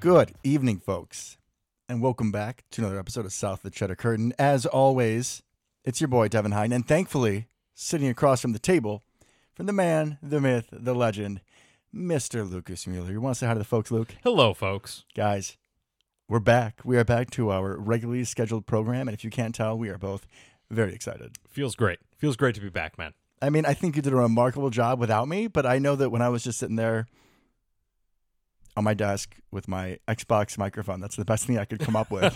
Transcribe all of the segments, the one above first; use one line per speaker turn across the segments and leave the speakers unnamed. Good evening, folks, and welcome back to another episode of South of the Cheddar Curtain. As always, it's your boy Devin Hine, and thankfully, sitting across from the table, from the man, the myth, the legend, Mr. Lucas Mueller. You want to say hi to the folks, Luke?
Hello, folks.
Guys, we're back. We are back to our regularly scheduled program, and if you can't tell, we are both very excited.
Feels great. Feels great to be back, man.
I mean, I think you did a remarkable job without me, but I know that when I was just sitting there on my desk with my Xbox microphone, that's the best thing I could come up with.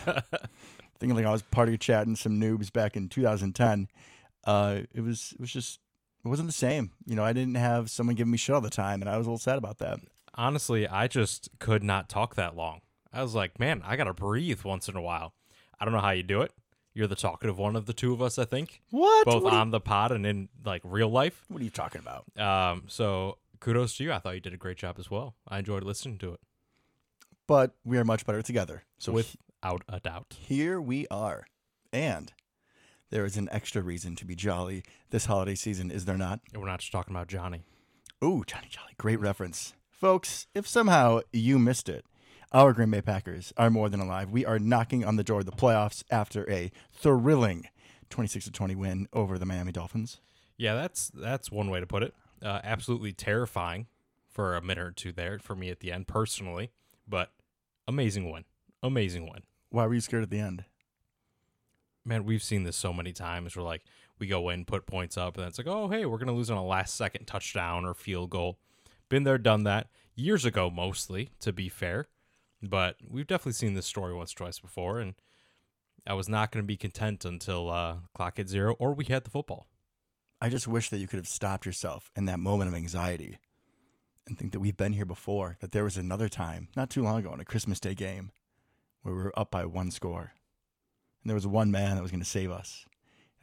Thinking like I was party chatting some noobs back in 2010, uh, it was it was just it wasn't the same. You know, I didn't have someone giving me shit all the time, and I was a little sad about that.
Honestly, I just could not talk that long. I was like, man, I got to breathe once in a while. I don't know how you do it. You're the talkative one of the two of us, I think,
What?
both
what, are you,
on the pod and in like real life.
what are you talking about?
Um, so kudos to you. I thought you did a great job as well. I enjoyed listening to it
But we are much better together. So
without a doubt.
here we are, and there is an extra reason to be jolly this holiday season, is there not?
And we're not just talking about Johnny.
Ooh, Johnny Jolly, great reference. Folks, if somehow you missed it, our Green Bay Packers are more than alive. We are knocking on the door of the playoffs after a thrilling 26 20 win over the Miami Dolphins.
Yeah, that's that's one way to put it. Uh, absolutely terrifying for a minute or two there for me at the end personally, but amazing win. Amazing win.
Why were you scared at the end?
man, we've seen this so many times. We're like, we go in, put points up, and then it's like, oh, hey, we're going to lose on a last second touchdown or field goal. Been there, done that years ago, mostly, to be fair. But we've definitely seen this story once, twice before. And I was not going to be content until uh, clock at zero or we had the football.
I just wish that you could have stopped yourself in that moment of anxiety and think that we've been here before, that there was another time, not too long ago, in a Christmas Day game where we were up by one score. And there was one man that was going to save us.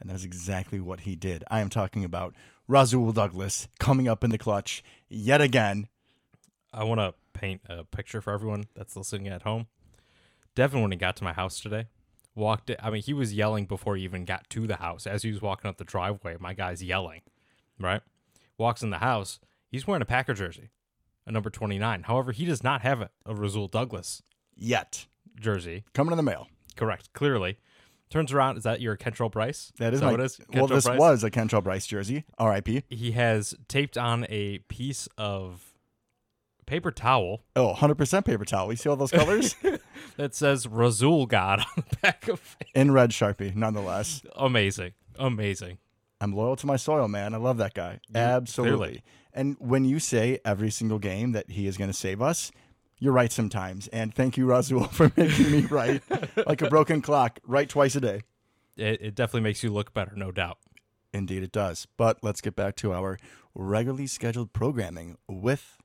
And that is exactly what he did. I am talking about Razul Douglas coming up in the clutch yet again.
I want to paint a picture for everyone that's listening at home. Devin, when he got to my house today, walked. I mean, he was yelling before he even got to the house. As he was walking up the driveway, my guy's yelling, right? Walks in the house. He's wearing a Packer jersey, a number 29. However, he does not have a, a Razul Douglas
Yet.
jersey.
Coming in the mail.
Correct. Clearly. Turns around. Is that your Kentrell Price?
That is,
that
my,
what it is?
Well,
Kentrell
this
Brice?
was a Kentrell Bryce jersey. R.I.P.
He has taped on a piece of paper towel
Oh, 100% paper towel. We see all those colors?
that says Razul God on the back of it.
in red Sharpie, nonetheless.
amazing amazing
I'm loyal to my soil, man. I love that guy. Absolutely. And when you say every single game that he is going to save us, you're right sometimes. And thank you, Razul, for making me right like a broken clock, right twice a day.
it, it definitely makes you look better no doubt
Indeed, it does. But let's get back to our regularly scheduled programming with,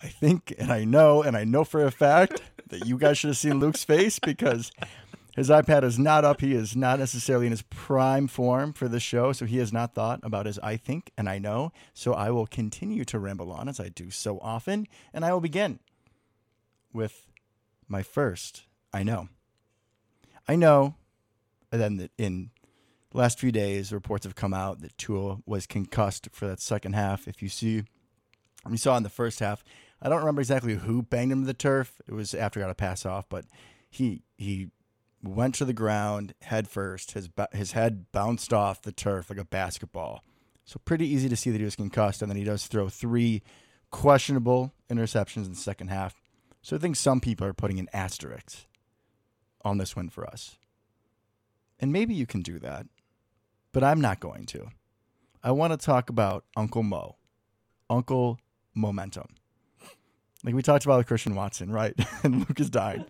I think, and I know, and I know for a fact that you guys should have seen Luke's face because his iPad is not up. He is not necessarily in his prime form for the show. So he has not thought about his I think and I know. So I will continue to ramble on as I do so often. And I will begin with my first I know. I know. And then that in the last few days, reports have come out that Tua was concussed for that second half. If you see, we saw in the first half, I don't remember exactly who banged him to the turf. It was after he got a pass off, but he he went to the ground head first. His ba- his head bounced off the turf like a basketball. So pretty easy to see that he was concussed, and then he does throw three questionable interceptions in the second half. So I think some people are putting an asterisk on this win for us. And maybe you can do that but I'm not going to. I want to talk about Uncle Mo, Uncle Momentum. Like we talked about with Christian Watson, right? and Lucas died.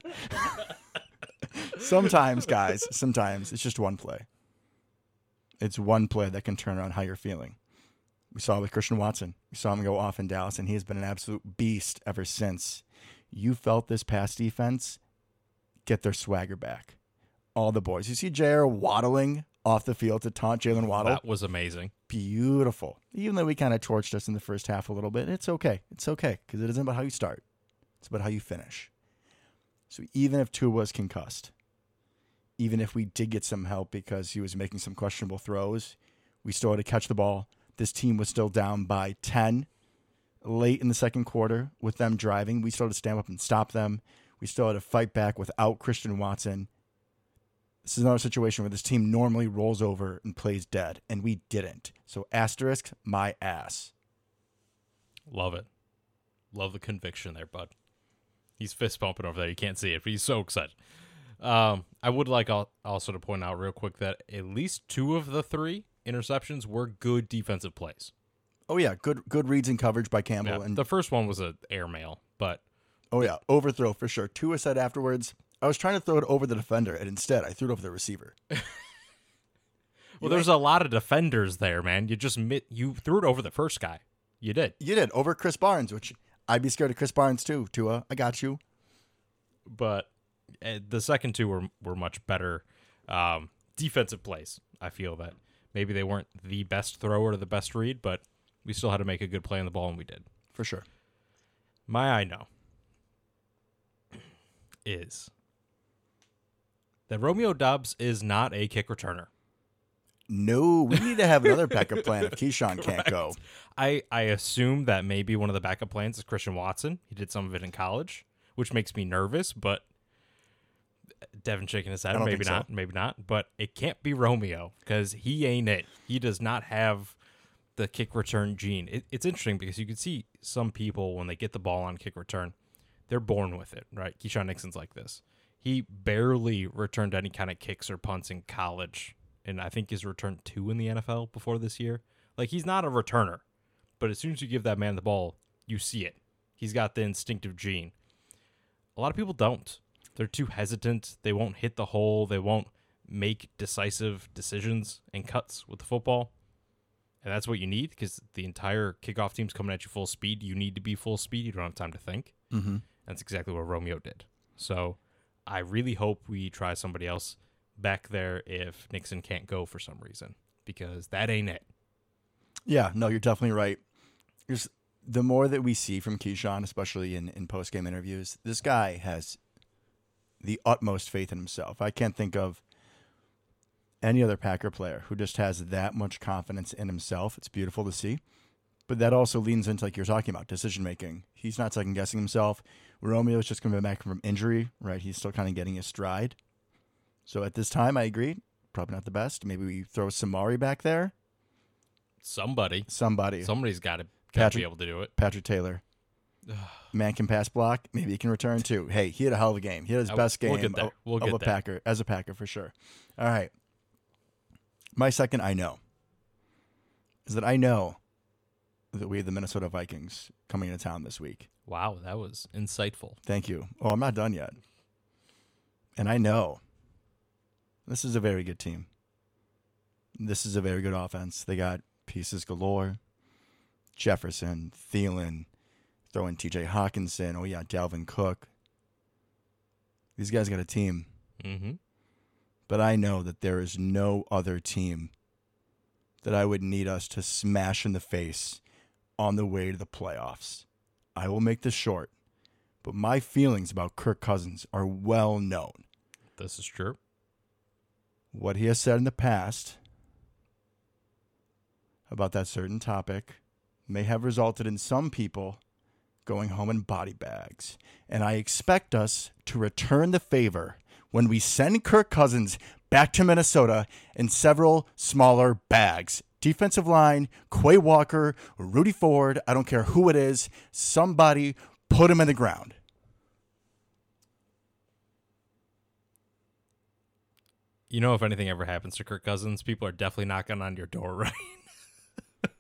sometimes, guys, sometimes it's just one play. It's one play that can turn around how you're feeling. We saw it with Christian Watson. We saw him go off in Dallas, and he has been an absolute beast ever since. You felt this pass defense get their swagger back. All the boys. You see JR waddling off the field to taunt Jalen Waddle
that was amazing
beautiful. Even though we kind of torched us in the first half a little bit, it's okay. It's okay because it isn't about how you start, it's about how you finish. So even if Tua was concussed, even if we did get some help because he was making some questionable throws, we still had to catch the ball. This team was still down by 10 late in the second quarter with them driving. We still had to stand up and stop them. We We still had to fight back without Christian Watson. This is another situation where this team normally rolls over and plays dead, and we didn't. So asterisk my ass.
Love it. Love the conviction there, bud. He's fist pumping over there. You can't see it, but he's so excited. Um, I would like al- also to point out real quick that at least two of the three interceptions were good defensive plays.
Oh yeah, good good reads and coverage by Campbell,
Yeah,
and
the first one was an airmail, but
oh yeah, overthrow for sure. Tua said afterwards, "I was trying to throw it over the defender, and instead I threw it over the receiver."
well, there's a lot of defenders there, man. You just mit- you threw it over the first guy. You did,
You did over Chris Barnes, which I'd be scared of Chris Barnes too. Tua, I got you.
but uh, the second two were were much better um, defensive plays. I feel that maybe they weren't the best thrower or the best read, but we still had to make a good play on the ball, and we did.
for sure.
My I know is that Romeo Dobbs is not a kick returner.
No, we need to have another backup plan if Keyshawn can't go.
I, I assume that maybe one of the backup plans is Christian Watson. He did some of it in college, which makes me nervous, but Devin shaking his head.
don't
Maybe
think so.
not. Maybe not. But it can't be Romeo because he ain't it. He does not have the kick return gene. It, it's interesting because you can see some people when they get the ball on kick return, they're born with it, right? Keyshawn Nixon's like this. He barely returned any kind of kicks or punts in college. And I think he's returned two in the NFL before this year. Like, he's not a returner. But as soon as you give that man the ball, you see it. He's got the instinctive gene. A lot of people don't. They're too hesitant. They won't hit the hole. They won't make decisive decisions and cuts with the football. And that's what you need because the entire kickoff team's coming at you full speed. You need to be full speed. You don't have time to think.
Mm-hmm.
That's exactly what Romeo did. So I really hope we try somebody else back there if Nixon can't go for some reason because that ain't it.
Yeah, no, you're definitely right. There's, the more that we see from Keyshawn, especially in, in post game interviews, this guy has the utmost faith in himself. I can't think of any other Packer player who just has that much confidence in himself. It's beautiful to see. But that also leans into, like you're talking about, decision making. He's not second guessing himself. Romeo's just coming back from injury, right? He's still kind of getting his stride. So at this time, I agree. Probably not the best. Maybe we throw Samari back there.
Somebody,
Somebody.
somebody's got to
Patrick-
be able to do it.
Patrick Taylor. Man can pass block. Maybe he can return too. Hey, he had a hell of a game. He had his
Uh,
best game
we'll get there.
of,
We'll
of
get
a
there.
Packer as a Packer for sure. All right. My second, I know, is that I know that we have the Minnesota Vikings coming into town this week.
Wow, that was insightful.
Thank you. Oh, I'm not done yet. And I know this is a very good team. This is a very good offense. They got pieces galore. Jefferson, Thielen, throw in TJ Hawkinson. Oh, yeah, Dalvin Cook. These guys got a team.
Mm-hmm.
But I know that there is no other team that I would need us to smash in the face on the way to the playoffs. I will make this short, but my feelings about Kirk Cousins are well known.
This is true.
What he has said in the past about that certain topic may have resulted in some people going home in body bags. And I expect us to return the favor when we send Kirk Cousins back to Minnesota in several smaller bags. Defensive line, Quay Walker, Rudy Ford, I don't care who it is, somebody put him in the ground.
You know, if anything ever happens to Kirk Cousins, people are definitely knocking on your door, right?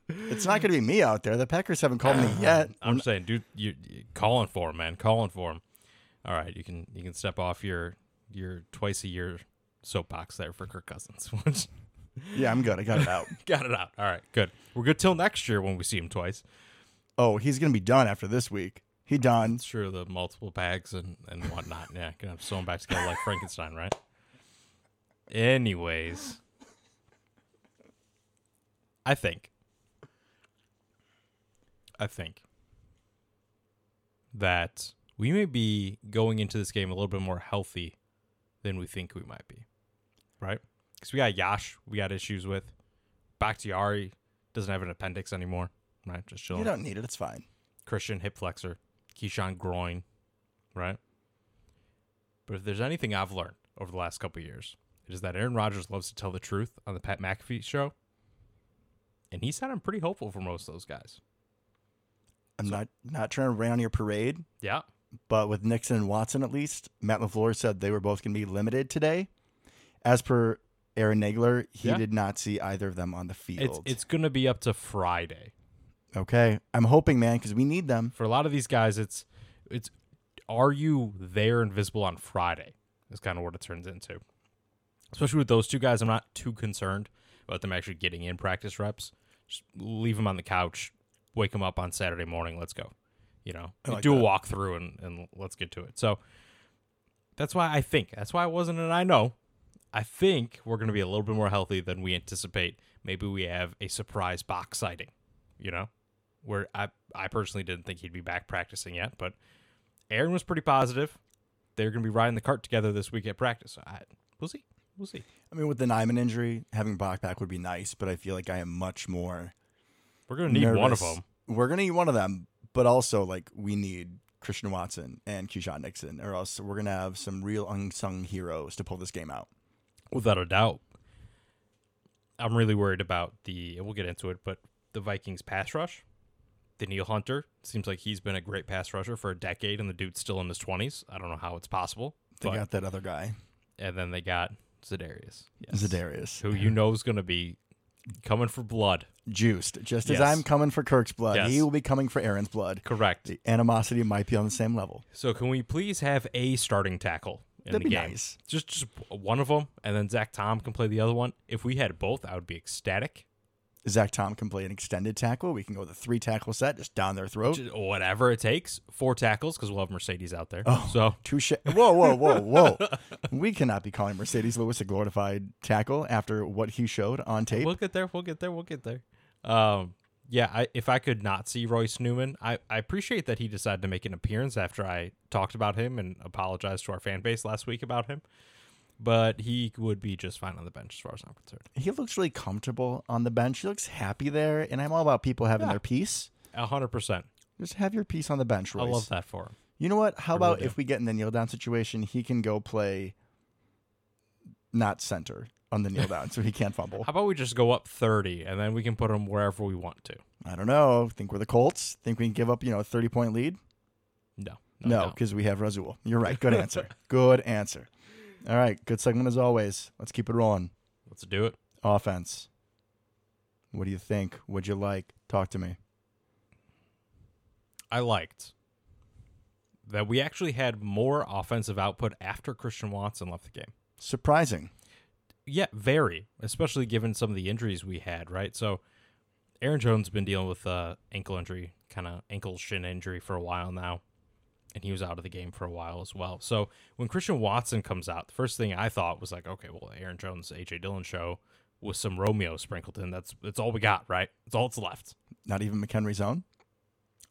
It's not going to be me out there. The Packers haven't called me yet.
I'm just saying, dude, you you- calling for him, man, calling for him. All right, you can you can step off your your twice a year soapbox there for Kirk Cousins. Which-
Yeah, I'm good. I got it out.
Got it out. All right, good. We're good till next year when we see him twice.
Oh, he's going to be done after this week. He done.
It's true, the multiple bags and, and whatnot. Yeah, gonna have sewn back together like Frankenstein, right? Anyways, I think, I think that we may be going into this game a little bit more healthy than we think we might be, right? Because we got Yash, we got issues with. Bakhtiari doesn't have an appendix anymore, right? Just chilling.
You don't need it. It's fine.
Christian hip flexor, Keyshawn groin, right? But if there's anything I've learned over the last couple of years, it is that Aaron Rodgers loves to tell the truth on the Pat McAfee show. And he sounded pretty hopeful for most of those guys.
I'm not not trying to rain on your parade,
Yeah.
but with Nixon and Watson at least, Matt LaFleur said they were both going to be limited today. As per Aaron Nagler, he
Yeah.
did not see either of them on the field.
It's it's gonna be up to Friday.
okay. I'm hoping, man, because we need them.
For a lot of these guys, it's it's are you there and visible on Friday? Is kind of what it turns into. Especially with those two guys, I'm not too concerned about them actually getting in practice reps. Just leave them on the couch, wake them up on Saturday morning. Let's go. You know,
I like
do a
that.
walkthrough and and let's get to it. So that's why I think that's why I wasn't, and I know I think we're going to be a little bit more healthy than we anticipate. Maybe we have a surprise box sighting, you know, where I I personally didn't think he'd be back practicing yet, but Aaron was pretty positive. They're going to be riding the cart together this week at practice. I, we'll see. We'll see.
I mean, with the Nyman injury, having Brock back would be nice, but I feel like I am much more.
We're going to need one of
nervous.
them.
We're gonna need one of them, but also like we need Christian Watson and Keyshawn Nixon, or else we're gonna have some real unsung heroes to pull this game out.
Without a doubt. I'm really worried about the, and we'll get into it, but the Vikings pass rush. Daniil Hunter seems like he's been a great pass rusher for a decade, and the dude's still in his 20s. I don't know how it's possible.
They
but-
got that other guy,
and then they got Zedarius.
Zadarius,
Who you know is going to be coming for blood.
juiced. Just as
Yes.
I'm coming for Kirk's blood,
Yes.
he will be coming for Aaron's blood.
Correct.
The animosity might be on the same level.
So can we please have a starting tackle in
That'd
the
be
game?
nice.
Just just one of them, and then Zach Tom can play the other one. If we had both, I would be ecstatic.
Zach Tom can play an extended tackle. We can go with a three tackle set, just down their throat.
Just whatever it takes, four tackles because we'll have Mercedes out there. Oh. So
Two sh- whoa, whoa, whoa, whoa. we cannot be calling Mercedes Lewis a glorified tackle after what he showed on tape.
we'll get there. We'll get there. We'll get there. Um, yeah, I, if I could not see Royce Newman, I, I appreciate that he decided to make an appearance after I talked about him and apologized to our fan base last week about him. But he would be just fine on the bench as far as I'm concerned.
He looks really comfortable on the bench. He looks happy there, and I'm all about people having
Yeah.
their peace.
A hundred percent.
Just have your peace on the bench,
I
Royce.
love that for him.
You know what? How
really
about
do.
if we get in the kneel down situation, he can go play not center on the kneel down so he can't fumble.
How about we just go up thirty and then we can put him wherever we want to?
I don't know. Think we're the Colts? Think we can give up, you know, a 30 point lead?
No.
No, because we have Razul. You're right. Good answer. Good answer. All right. Good segment as always. Let's keep it rolling.
Let's do it.
Offense. What do you think? Would you like? Talk to me.
I liked that we actually had more offensive output after Christian Watson left the game.
Surprising.
Yeah, very, especially given some of the injuries we had, right? So Aaron Jones has been dealing with uh, ankle injury, kind of ankle shin injury for a while now, and he was out of the game for a while as well. So when Christian Watson comes out, the first thing I thought was like, okay, well, Aaron Jones, AJ Dillon show with some Romeo sprinkled in. That's that's all we got, right? That's all it's left.
Not even McHenry's own?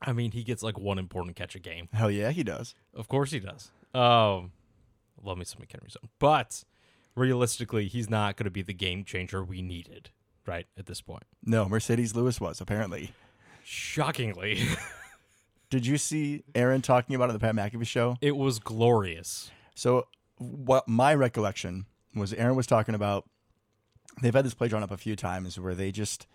I mean, he gets like one important catch a game.
Hell yeah, he does.
Of course he does. Um, love me some McHenry Zone. But realistically, he's not going to be the game changer we needed, right, at this point.
No, Mercedes Lewis was, apparently.
Shockingly,
Did you see Aaron talking about it on the Pat McAfee show?
it was glorious.
So, what my recollection was, Aaron was talking about. They've had this play drawn up a few times where they just,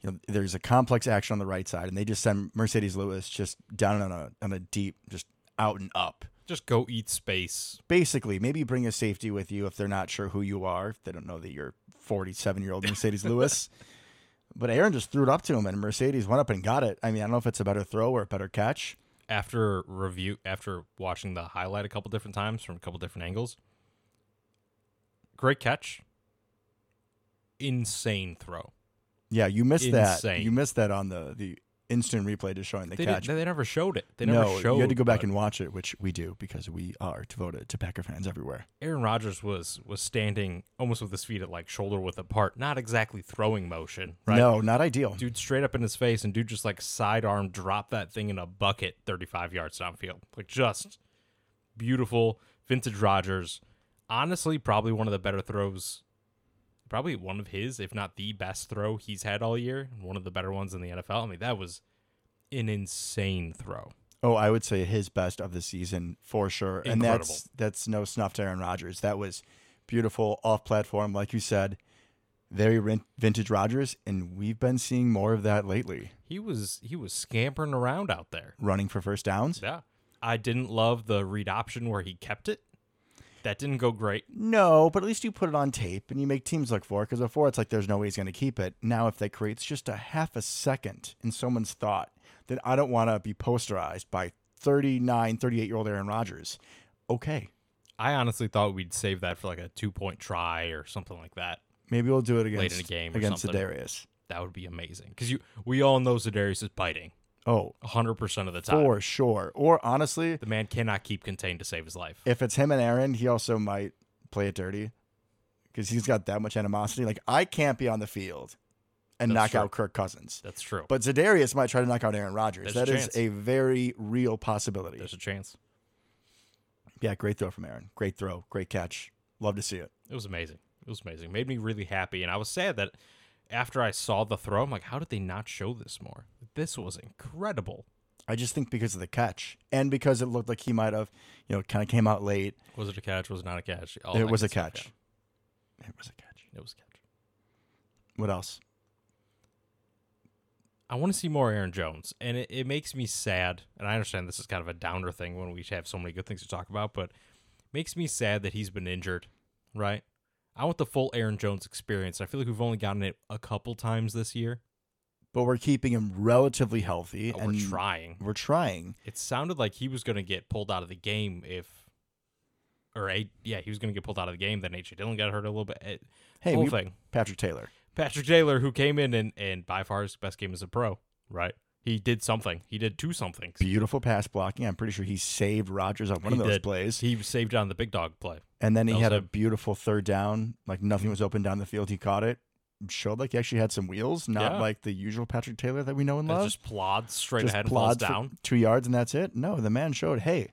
you know, there's a complex action on the right side, and they just send Mercedes Lewis just down on a on a deep, just out and up.
Just go eat space.
Basically, maybe bring a safety with you if they're not sure who you are, if they don't know that you're 47 year old Mercedes Lewis. But Aaron just threw it up to him, and Mercedes went up and got it. I mean, I don't know if it's a better throw or a better catch.
After review, after watching the highlight a couple different times from a couple different angles, great catch. Insane throw.
Yeah, you missed that.
Insane.
You missed that on the the instant replay just showing the
They,
catch.
did, they never showed it. They never
no,
showed.
you had to go back
but
and watch it, which we do because we are devoted to Packer fans everywhere.
Aaron Rodgers was was standing almost with his feet at like shoulder width apart, not exactly throwing motion, right?
No, not ideal.
Dude straight up in his face and dude just like sidearm drop that thing in a bucket 35 yards downfield. Like just beautiful vintage Rodgers. Honestly, probably one of the better throws probably one of his, if not the best throw he's had all year, and one of the better ones in the NFL. I mean, that was an insane throw.
Oh, I would say his best of the season for sure. And that's that's no snuff to Aaron Rodgers. That was beautiful off platform, like you said. Very rin- vintage Rodgers, and we've been seeing more of that lately.
He was he was scampering around out there.
Running for first downs?
Yeah. I didn't love the read option where he kept it. That didn't go great.
No, but at least you put it on tape and you make teams look for it because before it's like there's no way he's going to keep it. Now, if that creates just a half a second in someone's thought, then I don't want to be posterized by 39, 38 year old Aaron Rodgers. Okay,
I honestly thought we'd save that for like a two point try or something like that.
maybe we'll do it against,
Late in the game or
against
something.
Sedarius.
That would be amazing because you we all know Zedarius is biting
Oh,
hundred percent of the time.
for sure. Or honestly,
The man cannot keep contained to save his life.
if it's him and Aaron, he also might play it dirty because he's got that much animosity. Like, I can't be on the field and
That's
knock
true.
out Kirk Cousins.
That's true.
But Zadarius might try to knock out Aaron Rodgers.
There's a
that is
chance.
a very real possibility.
There's a chance.
yeah, great throw from Aaron. Great throw. Great catch. Love to see it.
It was amazing. It was amazing. Made me really happy, and I was sad that after I saw the throw, I'm like, how did they not show this more? This was incredible.
I just think because of the catch and because it looked like he might have, you know, kind of came out late.
Was it a catch? Was it not a catch? All
it
I
was a
can say is
catch. It was a catch.
It was a catch.
What else?
I want to see more Aaron Jones, and it, it makes me sad. And I understand this is kind of a downer thing when we have so many good things to talk about, but makes me sad that he's been injured. Right? I want the full Aaron Jones experience. I feel like we've only gotten it a couple times this year.
But we're keeping him relatively healthy,
but
and
Oh, we're trying.
We're trying.
It sounded like he was going to get pulled out of the game if, or a, yeah, he was going to get pulled out of the game. Then AJ Dillon got hurt a little bit. It,
Hey,
whole
we,
thing.
Patrick Taylor.
Patrick Taylor, who came in and and by far his best game as a pro. Right? He did something. He did two somethings.
Beautiful pass blocking. I'm pretty sure he saved Rodgers on one
He
of those
did.
plays.
He saved it on the big dog play.
And then he
That
had
was Mm.
a beautiful third down. Like nothing was open down the field. He caught it. Showed like he actually had some wheels, not
Yeah.
like the usual Patrick Taylor that we know and
And it
love.
just plods straight ahead and falls
plods for
down.
two yards and that's it. No, the man showed, hey,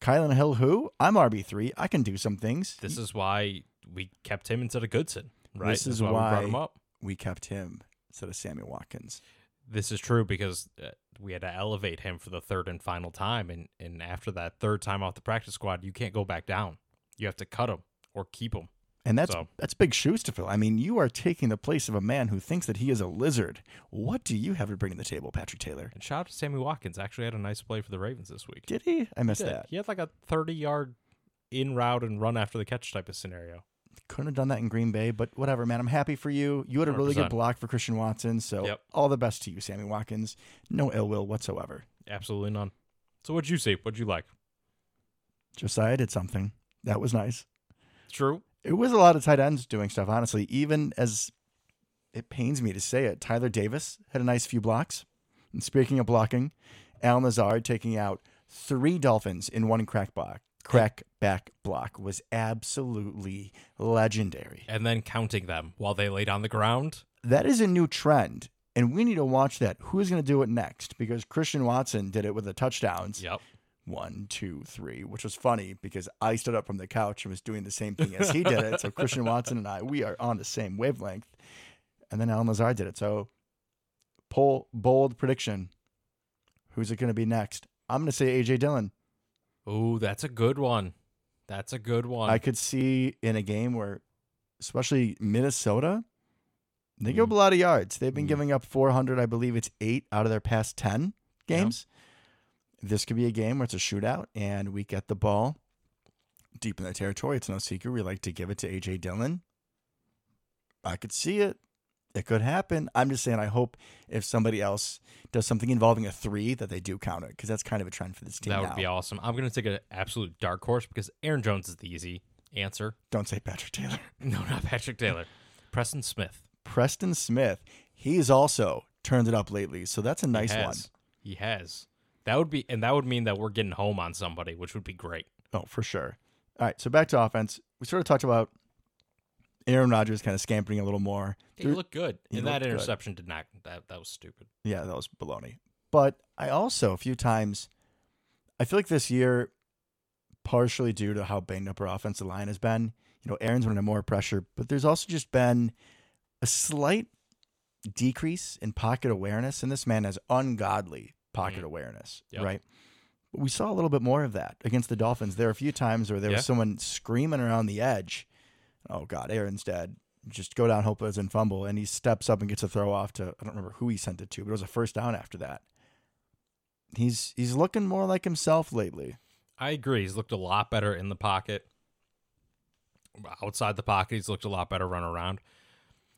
Kylan Hill, who I'm RB three, I can do some things.
This is why we kept him instead of Goodson. Right?
This
That's
is
we brought
why-
him up.
we kept him instead of Sammy Watkins.
This is true because uh, we had to elevate him for the third and final time, and and after that third time off the practice squad, you can't go back down. You have to cut him or keep him.
And that's
So-
that's big shoes to fill. I mean, you are taking the place of a man who thinks that he is a lizard. What do you have to bring to the table, Patrick Taylor?
And shout out to Sammy Watkins. Actually, had a nice play for the Ravens this week.
Did he? I missed
He did.
that.
He had like a thirty-yard in route and run after the catch type of scenario.
Couldn't have done that in Green Bay, but whatever, man. I'm happy for you. You had a really good
100%.
block for Christian Watson, so
Yep.
all the best to you, Sammy Watkins. No ill will whatsoever.
Absolutely none. So what'd you see? What'd you like?
Josiah did something. That was nice.
True.
It was a lot of tight ends doing stuff, honestly. Even as it pains me to say it, Tyler Davis had a nice few blocks. And speaking of blocking, Al Nazard taking out three Dolphins in one crack block. Crack back block was absolutely legendary.
and then counting them while they laid on the ground.
That is a new trend, and we need to watch that. Who is going to do it next? Because Christian Watson did it with the touchdowns.
Yep.
one, two, three, which was funny because I stood up from the couch and was doing the same thing as he did it. So Christian Watson and I, we are on the same wavelength. And then Alan Lazard did it. So poll, bold prediction. Who's it going to be next? I'm going to say AJ Dillon.
Ooh, that's a good one. That's a good one.
I could see in a game where, especially Minnesota, they give up a lot of yards. They've been
Mm.
giving up 400, I believe it's eight out of their past 10
Yeah.
games. This could be a game where it's a shootout and we get the ball deep in their territory. It's no secret. We like to give it to A.J. Dillon. I could see it. It could happen. I'm just saying, I hope if somebody else does something involving a three, that they do count it because that's kind of a trend for this team.
that would
now.
be awesome. I'm going to take an absolute dark horse because Aaron Jones is the easy answer.
Don't say Patrick Taylor.
No, not Patrick Taylor. Preston Smith.
Preston Smith, he's also turned it up lately. So that's a nice one.
has. He has. That would be, and that would mean that we're getting home on somebody, which would be great.
Oh, for sure. All right. So back to offense. We sort of talked about Aaron Rodgers kind of scampering a little more.
He looked good,
he
and that
looked good.
interception did not. That that was stupid.
Yeah, that was baloney. But I also, a few times, I feel like this year, partially due to how banged up our offensive line has been, you know, Aaron's been under more pressure, but there's also just been a slight decrease in pocket awareness, and this man has ungodly pocket awareness,
Mm. Yep.
right? But we saw a little bit more of that against the Dolphins. There were a few times where there
Yeah.
was someone screaming around the edge. Oh God, Aaron's dead. Just go down hopeless and fumble, and he steps up and gets a throw off to I don't remember who he sent it to, but it was a first down after that. He's he's looking more like himself lately.
I agree. He's looked a lot better in the pocket. Outside the pocket, he's looked a lot better run around,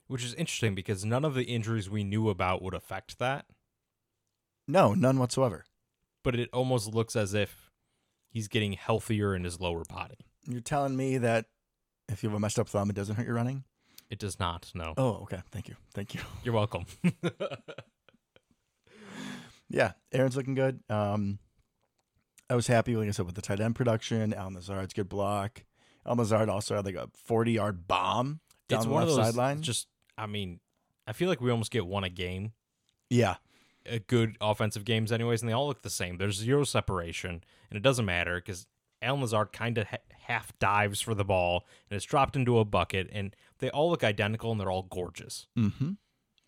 which is interesting because none of the injuries we knew about would affect that.
No, none whatsoever.
But it almost looks as if he's getting healthier in his lower body.
You're telling me that if you have a messed up thumb, it doesn't hurt your running?
It does not. No.
Oh, okay. Thank you. Thank you.
You're welcome.
Yeah, Aaron's looking good. Um, I was happy, like I said, with the tight end production. Al Nazard's good block. Al Nazard also had like a 40 yard bomb down
it's
the
one of
left
those.
sideline.
Just, I mean, I feel like we almost get one a game
yeah,
uh, good offensive games, anyways, and they all look the same. There's zero separation, and it doesn't matter because Alan Lazard kind of ha- half dives for the ball, and it's dropped into a bucket, and they all look identical, and they're all gorgeous.
mm-hmm.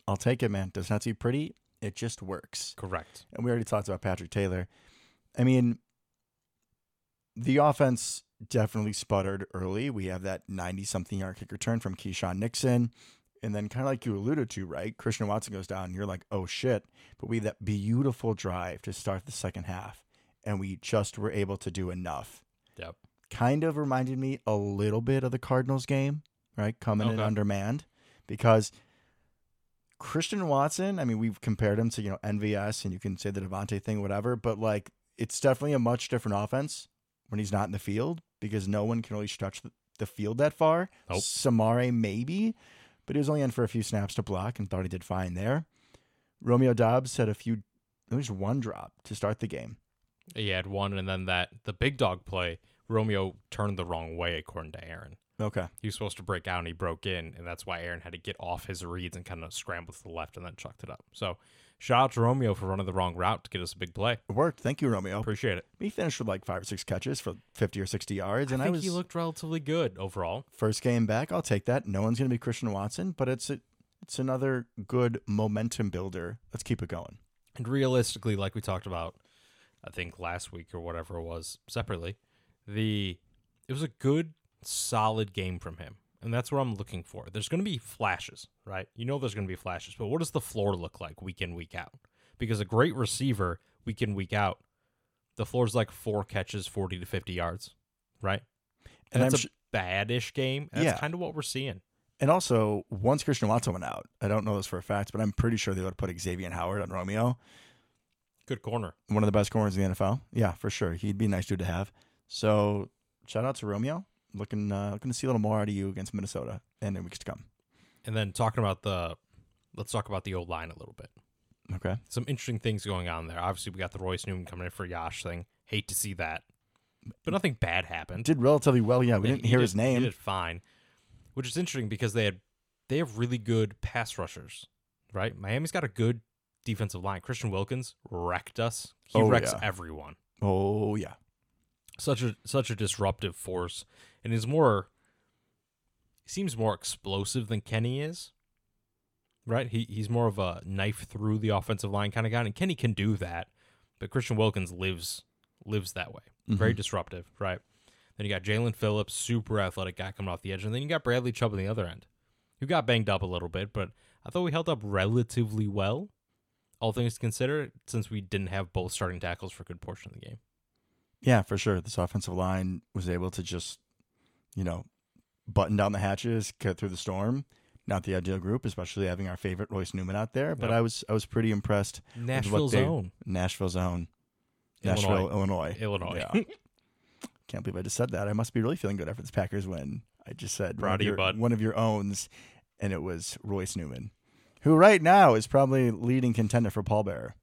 I'll take it, man. Does not seem pretty. It just works.
Correct.
And we already talked about Patrick Taylor. I mean, the offense definitely sputtered early. We have that 90 something yard kick return from Keyshawn Nixon. And then, kind of like you alluded to, right? Christian Watson goes down, and you're like, oh shit. But we had that beautiful drive to start the second half, and we just were able to do enough.
Yep.
Kind of reminded me a little bit of the Cardinals game, right? Coming in
Okay.
undermanned because Christian Watson, I mean, we've compared him to, you know, NVS and you can say the Devontae thing, whatever, but like it's definitely a much different offense when he's not in the field because no one can really stretch the, the field that far.
Nope.
Samare, maybe, but he was only in for a few snaps to block and thought he did fine there. Romeo Dobbs had a few, at least one drop to start the game.
He had one, and then that the big dog play. Romeo turned the wrong way, according to Aaron.
Okay.
He was supposed to break out, and he broke in, and that's why Aaron had to get off his reads and kind of scrambled to the left, and then chucked it up. So, shout out to Romeo for running the wrong route to get us a big play.
It worked. Thank you, Romeo.
Appreciate it.
He finished with like five or six catches for 50 or 60 yards. And I,
I think
was
he looked relatively good overall.
first game back. I'll take that. No one's going to be Christian Watson, but it's a, it's another good momentum builder. Let's keep it going.
And realistically, like we talked about, I think last week or whatever it was separately, the it was a good, solid game from him, and that's what I'm looking for. There's going to be flashes, right? You know, there's going to be flashes, but what does the floor look like week in, week out? Because a great receiver, week in, week out, the floor's like four catches, forty to fifty yards, right? And,
And I'm
that's
sh-
a bad-ish game. And That's
Yeah.
kind of what we're seeing.
And also, once Christian Watson went out, I don't know this for a fact, but I'm pretty sure they would have put Xavier Howard on Romeo,
Good corner.
one of the best corners in the NFL. Yeah, for sure. He'd be a nice dude to have. So shout out to Romeo. Looking, uh, looking to see a little more out of you against Minnesota and in weeks to come.
And then talking about the, let's talk about the old line a little bit.
Okay.
some interesting things going on there. Obviously, we got the Royce Newman coming in for Yash thing. Hate to see that, but nothing bad happened.
Did relatively well. Yeah, we
He-
didn't
he
hear
did-
his
He
name.
did fine, which is interesting because they had they have really good pass rushers, right? Miami's got a good defensive line. Christian Wilkins wrecked us. He
Oh,
wrecks
yeah.
everyone.
Oh, yeah.
Such a such a disruptive force, and is more he seems more explosive than Kenny is. Right? He he's more of a knife through the offensive line kind of guy, and Kenny can do that, but Christian Wilkins lives lives that way. Very
Mm-hmm.
disruptive, right? Then you got Jalen Phillips, super athletic guy coming off the edge, and then you got Bradley Chubb on the other end, who got banged up a little bit, but I thought we held up relatively well, all things considered, since we didn't have both starting tackles for a good portion of the game.
Yeah, for sure. This offensive line was able to just, you know, button down the hatches, cut through the storm. Not the ideal group, especially having our favorite Royce Newman out there. But
Yep.
I was I was pretty impressed.
Nashville's
they-
own.
Nashville's own.
Illinois.
Nashville, Illinois.
Illinois.
Yeah. Can't believe I just said that. I must be really feeling good after this Packers win. I just said one
Proud
of
of you,
your-
bud.
one of your owns, and it was Royce Newman, who right now is probably leading contender for Paul Bearer.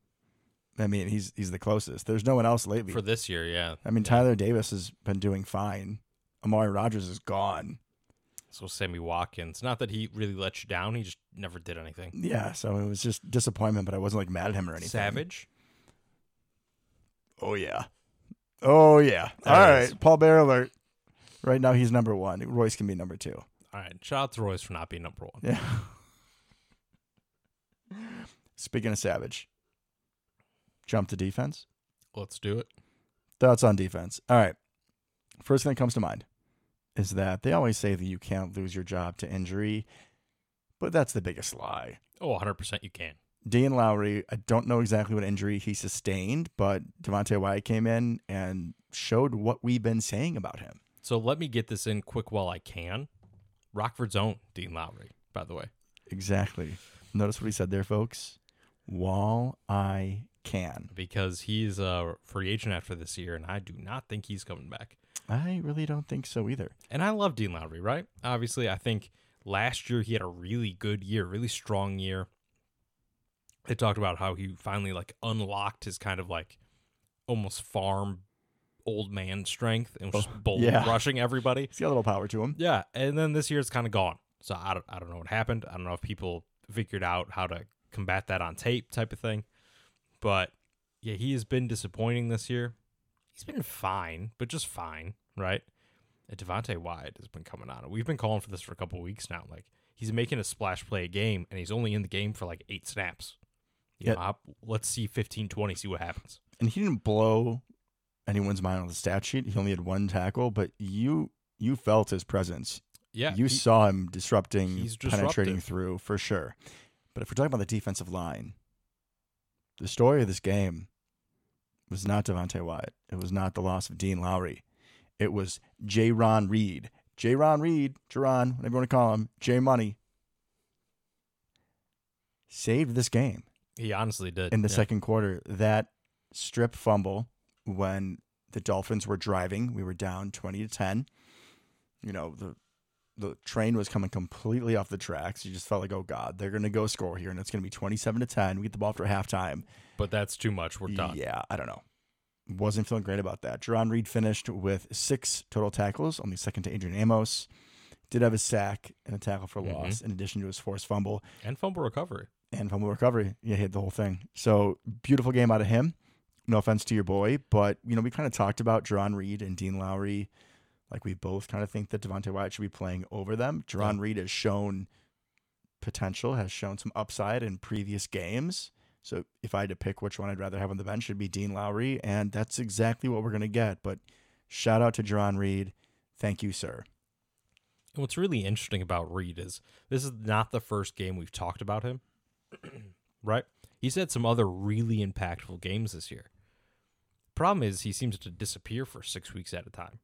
I mean, he's he's the closest. There's no one else lately.
for this year, yeah.
I mean, Tyler Davis has been doing fine. Amari Rogers is gone.
So Sammy Watkins. Not that he really let you down, he just never did anything.
Yeah, so it was just disappointment, but I wasn't like mad at him or anything.
Savage.
Oh yeah. Oh yeah.
There
All
it
right.
is.
Paul Bear alert. Right now he's number one. Royce can be number two.
All right. Shout out to Royce for not being number one.
Yeah. Speaking of Savage, Jump to defense.
Let's do it.
Thoughts on defense. All right. First thing that comes to mind is that they always say that you can't lose your job to injury, but that's the biggest lie.
Oh, 100% you can.
Dean Lowry, I don't know exactly what injury he sustained, but Devontae Wyatt came in and showed what we've been saying about him.
So let me get this in quick while I can. Rockford's own Dean Lowry, by the way.
Exactly. Notice what he said there, folks. While I can.
because he's a free agent after this year, and I do not think he's coming back.
I really don't think so either.
And I love Dean Lowry, right? Obviously, I think last year he had a really good year, really strong year. They talked about how he finally like unlocked his kind of like almost farm old man strength and was just bull
yeah.
rushing everybody.
He's got a little power to him.
Yeah, and then this year it's kind of gone. So I don't, I don't know what happened. I don't know if people figured out how to combat that on tape type of thing. But yeah, he has been disappointing this year. He's been fine, but just fine, right? And Devontae Wyatt has been coming on. We've been calling for this for a couple weeks now. Like he's making a splash play a game, and he's only in the game for like eight snaps. You
Yeah.
know, I'll- let's see 15, 20, see what happens.
And he didn't blow anyone's mind on the stat sheet. He only had one tackle, but you you felt his presence.
Yeah,
you
he-
saw him disrupting,
he's
penetrating
disruptive.
through for sure. But if we're talking about the defensive line, the story of this game was not Devontae Wyatt. It was not the loss of Dean Lowry. It was J. Ron Reed. J. Ron Reed, Jerron, whatever you want to call him, J. Money, saved this game
he honestly did
in the
Yeah.
second quarter. That strip fumble when the Dolphins were driving, we were down twenty to ten. You know the the train was coming completely off the tracks. You just felt like, oh god, they're gonna go score here, and it's gonna be twenty seven to ten. We get the ball after halftime.
But that's too much. We're done.
Yeah, I don't know. Wasn't feeling great about that. Jerron Reed finished with six total tackles, only second to Adrian Amos. Did have a sack and a tackle for a
Mhm.
loss, in addition to his forced fumble
And fumble recovery.
and fumble recovery. Yeah, he had the whole thing. So beautiful game out of him. No offense to your boy, but you know we kind of talked about Jerron Reed and Dean Lowry. Like we both kind of think that Devontae Wyatt should be playing over them. Jerron Reed has shown potential, has shown some upside in previous games. So if I had to pick which one I'd rather have on the bench, it'd be Dean Lowry, and that's exactly what we're gonna get. But shout out to Jerron Reed. Thank you, sir.
And what's really interesting about Reed is this is not the first game we've talked about him, right? He's had some other really impactful games this year. Problem is, he seems to disappear for six weeks at a time.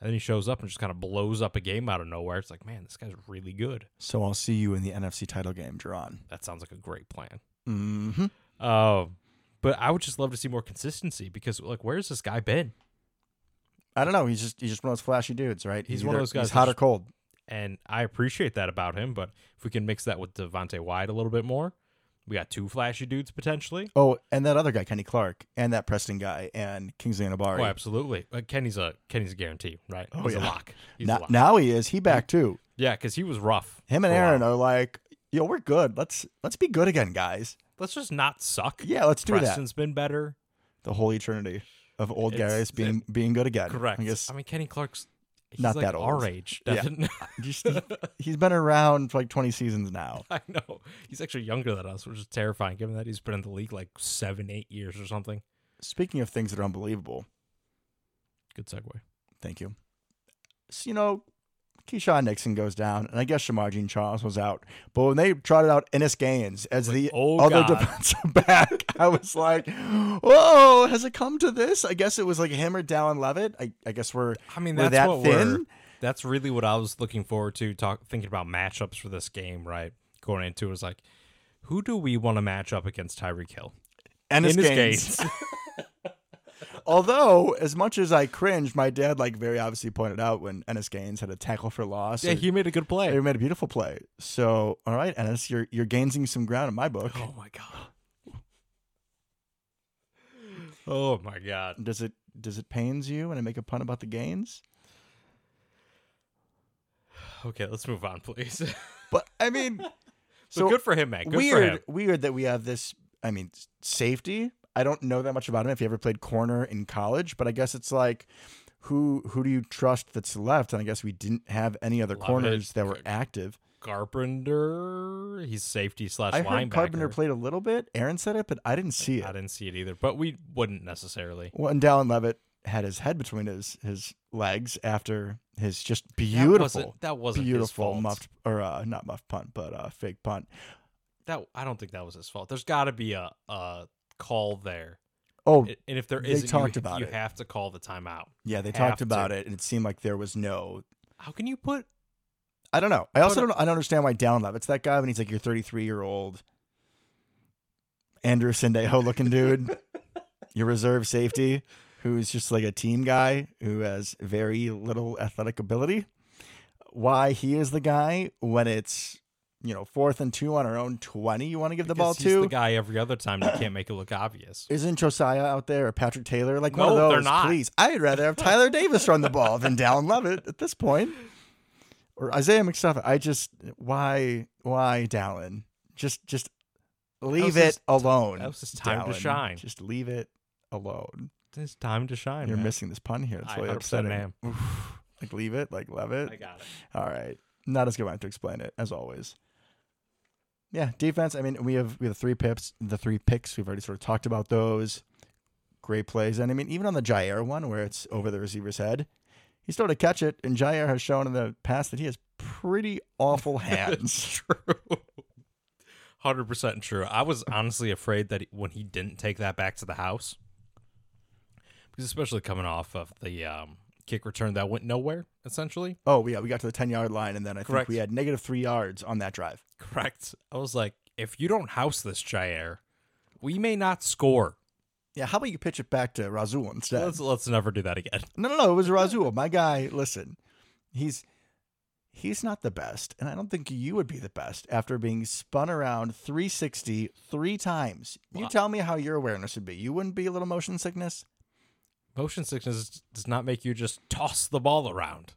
And then he shows up and just kind of blows up a game out of nowhere. It's like, man, this guy's really good.
So I'll see you in the NFC title game, Jerron.
That sounds like a great plan.
Mm-hmm.
Um, but I would just love to see more consistency because, like, where's this guy been?
I don't know. He's just he's just one of those flashy dudes, right?
He's one of
either-
those guys
He's hot
that
or cold.
And I appreciate that about him. But if we can mix that with Devontae Wyatt a little bit more, we got two flashy dudes potentially.
Oh, and that other guy, Kenny Clark, and that Preston guy, and Kingsley Anabari.
Oh, absolutely. But Kenny's a Kenny's a guarantee, right?
Oh,
He's a
yeah.
lock. He's a
now,
lock.
now he is. He back too.
yeah, because he was rough.
Him and
for a while.
Aaron are like, yo, we're good. Let's let's be good again, guys.
Let's just not suck.
Yeah, let's do that.
Preston's been better.
The whole eternity of old
It's-
guys being being good again.
Correct.
I
I,
guess
mean, Kenny Clark's he's
Not
like
that old.
our age.
Yeah.
Devin.
just, he, he's been around for like twenty seasons now.
I know he's actually younger than us, which is terrifying. Given that he's been in the league like seven, eight years or something.
Speaking of things that are unbelievable,
Good segue.
Thank you. So, you know, Keyshawn Nixon goes down, and I guess Shamar Jean Charles was out. But when they trotted out Ennis Gaines as the
oh,
other
God.
defensive back, I was like, whoa, has it come to this? I guess it was like him or Dallin Levitt. I, I guess we're,
I mean,
we're
that's
that
what
thin.
we're. That's really what I was looking forward to. Talk thinking about matchups for this game, right? Going into it was like, who do we want to match up against Tyreek Hill?
Ennis,
Ennis
Gaines. Although, as much as I cringed, my dad like very obviously pointed out when Ennis Gaines had a tackle for loss.
Yeah,
or-
he made a good
he
play.
made a beautiful play. So, all right, Ennis, you're you're gaining some ground in my book.
Oh my god. Oh my god.
does it does it pains you when I make a pun about the gains?
Okay, let's move on, please. But
But I mean, so
good for him, man. Good for him.
weird, weird that we have this. I mean, s- safety. I don't know that much about him. If you ever played corner in college, but I guess it's like, who who do you trust that's left? And I guess we didn't have any other
Love it.
corners that were
Good.
active.
Carpenter. He's safety slash
I
linebacker.
heard Carpenter played a little bit. Aaron said it, but I didn't see
I
it.
didn't see it either, but we wouldn't necessily.
Well, and Dallin Levitt had his head between his his legs after his just
That
beautiful,
wasn't, that wasn't his
beautiful
fault.
muffed or uh, not muffed punt, but uh, fake punt.
That I don't think that was his fault. There's got to be a, a call there,
Oh
and if there
They
isn't,
talked
you,
about
you
it.
have to call the timeout.
yeah, they
have
talked
to.
about it, and it seemed like there was no
How can you put
I don't know. I also
But- uh
don't. I don't understand why Down Levitt's that guy when he's like your 33 year old Andrew Sandejo looking dude, your reserve safety, who's just like a team guy who has very little athletic ability. Why he is the guy when it's you know fourth and two on our own 20? You want to give the ball
because he's
to?
the guy every other time you can't make it look obvious.
Isn't Josiah out there or Patrick Taylor like one
No,
of those?
they're not.
Please, I'd rather have Tyler Davis run the ball than Dallin Levitt at this point, or Isaiah McStuffins. I just why why Dallin? Just just leave
That was his
it alone.
that was his time to
Dallin.
shine.
Just leave it alone.
It's time to shine.
You're
man.
missing this pun here. It's
I
really
100%
upsetting.
am.
Oof. Like leave it, like Levitt.
I got it.
All right. Not as good one to explain it as always. Yeah, defense. I mean, we have we have three pips, the three picks. We've already sort of talked about those. Great plays, and I mean, even on the Jair one where it's over the receiver's head, he's still to catch it. And Jair has shown in the past that he has pretty awful hands.
True. Hundred percent true. I was honestly afraid that when he didn't take that back to the house, because especially coming off of the um, kick return that went nowhere, essentially.
oh yeah, we got to the ten yard line, and then I
Correct.
think we had negative three yards on that drive.
Correct. I was like, if you don't house this Jair, we may not score.
Yeah, how about you pitch it back to Razul instead?
Let's let's never do that again.
No, no, no. It was Razul. My guy, listen, he's he's not the best, and I don't think you would be the best after being spun around 360 three times. You
Well,
tell me how your awareness would be. You wouldn't be a little motion sickness
Motion sickness does not make you just toss the ball around.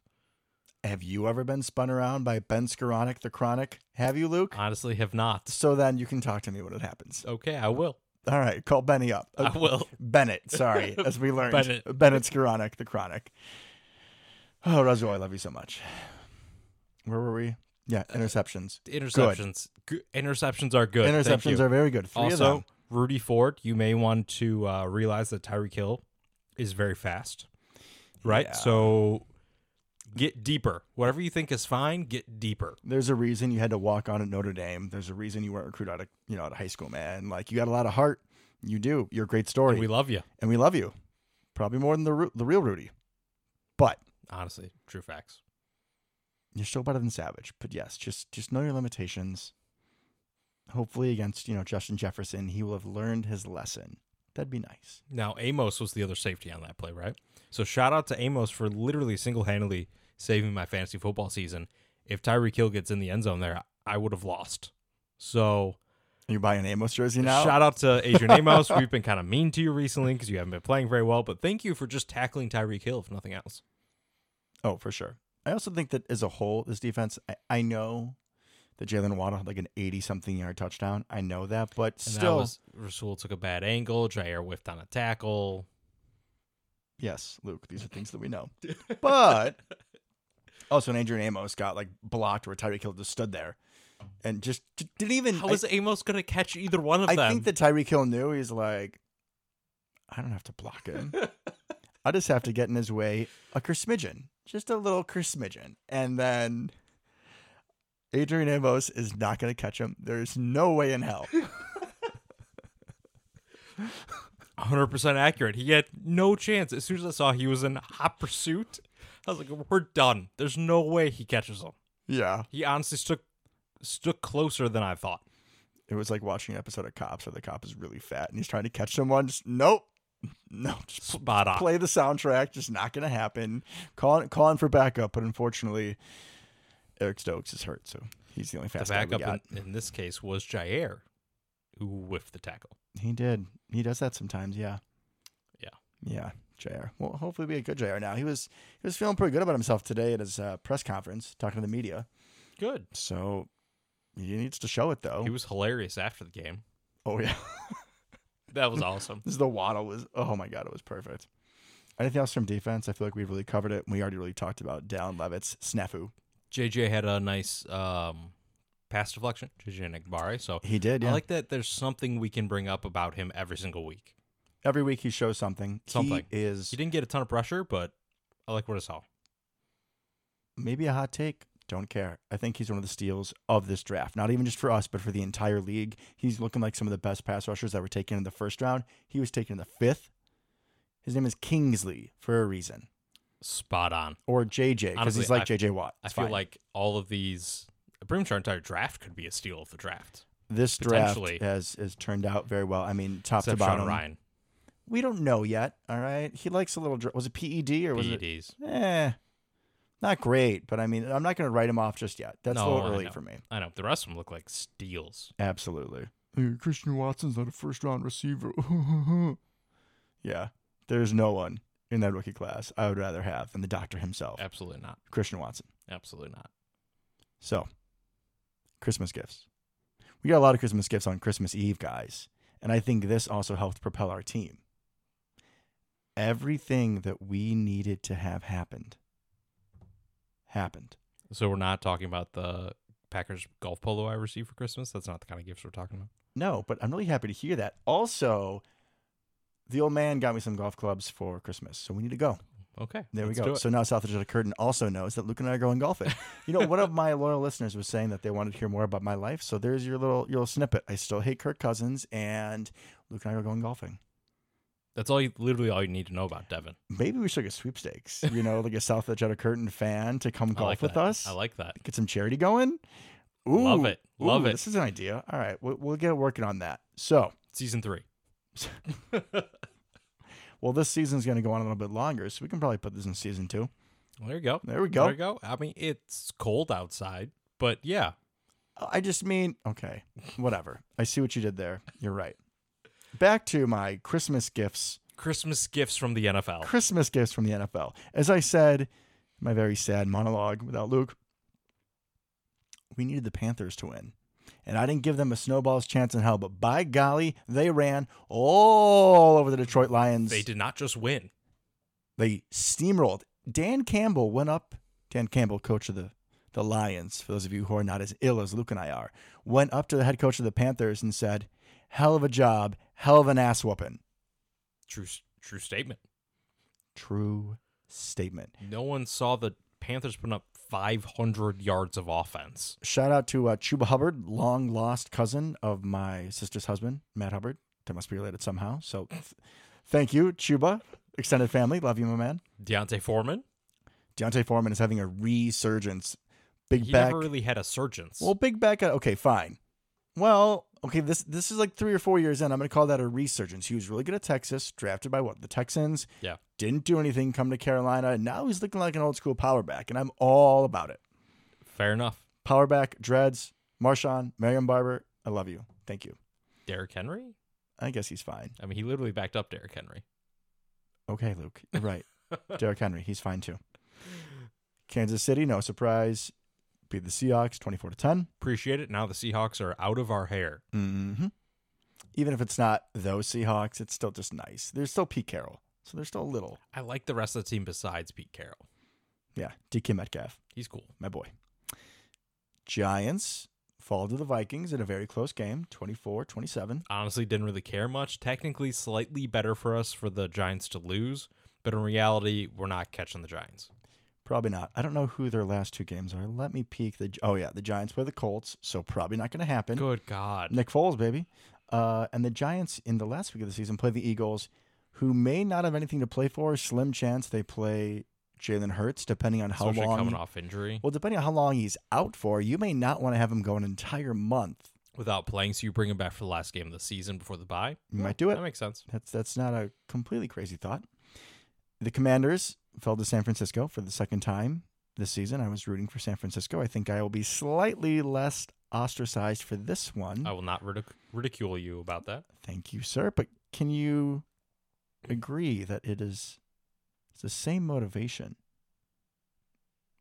have you ever been spun around by Ben Skoranek, the chronic? Have you, Luke?
Honestly, have not.
So then you can talk to me when it happens.
Okay, I will.
All right, call Benny up.
I will.
Bennett, sorry, as we learned.
Bennett.
Bennett, Skoranek, the chronic. Oh, Razul, I love you so much. Where were we? Yeah,
Uh,
interceptions.
Interceptions. Good. Interceptions are good. Thank you.
Interceptions are very good. Three of
also,
them.
Rudy Ford, you may want to uh, realize that Tyreek Hill is very fast, right?
Yeah.
So get deeper. Whatever you think is fine, get deeper.
There's a reason you had to walk on at Notre Dame. There's a reason you weren't recruited out of you know out of high school, man. Like you got a lot of heart. You do. You're a great story,
And we love you,
and we love you. Probably more than the Ru- the real Rudy, but
honestly. True facts.
you're still better than Savage. But yes, just just know your limitations. Hopefully, against you know Justin Jefferson, he will have learned his lesson. That'd be nice.
Now Amos was the other safety on that play, right? So shout out to Amos for literally single-handedly saving my fantasy football season. If Tyreek Hill gets in the end zone there, I would have lost. So
You're buying an Amos jersey now.
Shout out to Adrian Amos. We've been kind of mean to you recently because you haven't been playing very well, but thank you for just tackling Tyreek Hill, if nothing else.
Oh, for sure. I also think that as a whole, this defense, I, I know that Jalen Waddle had like an 80 something yard touchdown. I know that, but
And
still,
that was Rasul took a bad angle. Jair whiffed on a tackle.
yes, Luke, these are things that we know. But also, an Adrian Amos got like blocked where Tyreek Hill just stood there and just j- didn't even.
How is Amos going to catch either one of
I, I
them?
think that Tyreek Hill knew he's like, I don't have to block him. I just have to get in his way a kersmidgen, just a little kersmidgen. And then Adrian Amos is not going to catch him. There's no way in hell.
100% accurate. He had no chance. As soon as I saw he was in hot pursuit, I was like, we're done. There's no way he catches him.
yeah.
He honestly stuck, stuck closer than I thought.
It was like watching an episode of Cops where the cop is really fat and he's trying to catch someone. Just, nope. No, just pl-
Spot on.
play the soundtrack. Just not going to happen. Calling, calling for backup, but unfortunately, Eric Stokes is hurt, so he's the only
the
fast guy we
backup
got.
in, in this case was Jair, who whiffed the tackle.
He did. He does that sometimes. Yeah.
Yeah.
Yeah. Jr. Well, hopefully, be a good Jr. Now he was he was feeling pretty good about himself today at his uh, press conference, talking to the media.
Good.
So he needs to show it though.
He was hilarious after the game.
oh yeah,
That was awesome.
this is the waddle was. Oh my god, it was perfect. Anything else from defense? I feel like we really covered it. We already really talked about Dallin Levitt's snafu.
JJ had a nice um, pass deflection, JJ Nigbare. So
He did, yeah.
I like that there's something we can bring up about him every single week.
Every week he shows something.
Something.
He is
He didn't get a ton of pressure, but I like what I saw.
maybe a hot take. Don't care. I think he's one of the steals of this draft. Not even just for us, but for the entire league. He's looking like some of the best pass rushers that were taken in the first round. He was taken in the fifth. His name is Kingsley for a reason,
Spot on.
or JJ because
Honestly,
he's like
I-
JJ Watt.
I
It's
feel
fine.
like all of these, pretty much our entire draft could be a steal of the draft.
this draft
potentially-
has has turned out very well. I mean, top
Except
to bottom.
Sean Ryan,
We don't know yet. All right, he likes a little. Dr- was it PED or was it?
PEDs.
Eh, not great. But I mean, I'm not going to write him off just yet. That's a
No,
little
I
early
know.
for me.
I know the rest of them look like steals.
Absolutely. Christian Watson's not a first round receiver. yeah, there's no one in that rookie class I would rather have than the doctor himself,
Absolutely not.
Christian Watson.
Absolutely not.
So, Christmas gifts. We got a lot of Christmas gifts on Christmas Eve, guys. And I think this also helped propel our team. Everything that we needed to have happened happened.
So we're not talking about the Packers golf polo I received for Christmas. That's not the kind of gifts we're talking about.
No, but I'm really happy to hear that. Also, the old man got me some golf clubs for Christmas, so we need to go.
Okay,
There
let's
we
do
go.
it.
So now South Dakota Curtain also knows that Luke and I are going golfing. you know, one of my loyal listeners was saying that they wanted to hear more about my life. So there's your little your little snippet. I still hate Kirk Cousins, and Luke and I are going golfing.
That's all you literally all you need to know about Devin.
Maybe we should get sweepstakes. You know, like a South Dakota Curtain fan to come
I
golf
like
with
that.
us.
I like that.
get some charity going. Ooh,
Love it. Love
ooh,
it.
This is an idea. All right, we'll, we'll get working on that. So.
Season three.
Well, this season's going to go on a little bit longer, so we can probably put this in season two.
Well, there you go.
There we go.
There you go. I mean, it's cold outside, but yeah,
Oh, I just mean, okay, whatever. I see what you did there. You're right. Back to my Christmas gifts,
Christmas gifts from the NFL.
Christmas gifts from the NFL. As I said in my very sad monologue without Luke, we needed the Panthers to win. And I didn't give them a snowball's chance in hell, but by golly, they ran all over the Detroit Lions.
They did not just win.
they steamrolled. Dan Campbell went up. Dan Campbell, coach of the the Lions, for those of you who are not as ill as Luke and I are, went up to the head coach of the Panthers and said, "Hell of a job, hell of an ass whooping."
True, s- true statement.
True statement.
No one saw the Panthers putting up 500 yards of offense.
Shout out to uh, Chuba Hubbard, long lost cousin of my sister's husband, Matt Hubbard. They must be related somehow. So, th- thank you, Chuba, extended family. Love you, my man.
Deontay Foreman.
Deontay Foreman is having a resurgence. Big
He
back.
never really had a surgence.
Well, big back out. Okay, fine. Well, okay, this this is like three or four years in. I'm going to call that a resurgence. He was really good at Texas, drafted by what the Texans.
Yeah.
Didn't do anything. Come to Carolina. and Now he's looking like an old school power back, and I'm all about it.
Fair enough.
Power back, dreads, Marshawn, Marion Barber. I love you. Thank you.
Derrick Henry?
I guess he's fine.
I mean, he literally backed up Derrick Henry.
Okay, Luke. You're right. Derrick Henry, he's fine too. Kansas City, no surprise. Beat the Seahawks 24 to 10.
Appreciate it. Now the Seahawks are out of our hair. Mm-hmm.
hmm Even if it's not those Seahawks, it's still just nice. There's still Pete Carroll, so there's still a little.
I like the rest of the team besides Pete Carroll.
Yeah, DK Metcalf,
He's cool.
my boy. Giants fall to the Vikings in a very close game, 24-27.
Honestly, didn't really care much. Technically, slightly better for us for the Giants to lose, but in reality, we're not catching the Giants.
Probably not. I don't know who their last two games are. Let me peek. The oh yeah, the Giants play the Colts, so probably not going to happen.
Good God.
Nick Foles, baby. Uh, and the Giants in the last week of the season play the Eagles, who may not have anything to play for. Slim chance they play Jalen Hurts, depending on how
Especially
long
coming off injury
Well, depending on how long he's out for, you may not want to have him go an entire month.
without playing, so you bring him back for the last game of the season before the bye.
You might do it.
That makes sense.
That's that's not a completely crazy thought. The Commanders fell to San Francisco for the second time this season. I was rooting for San Francisco. I think I will be slightly less ostracized for this one.
I will not ridic- ridicule you about that.
Thank you, sir. But can you agree that it is it's the same motivation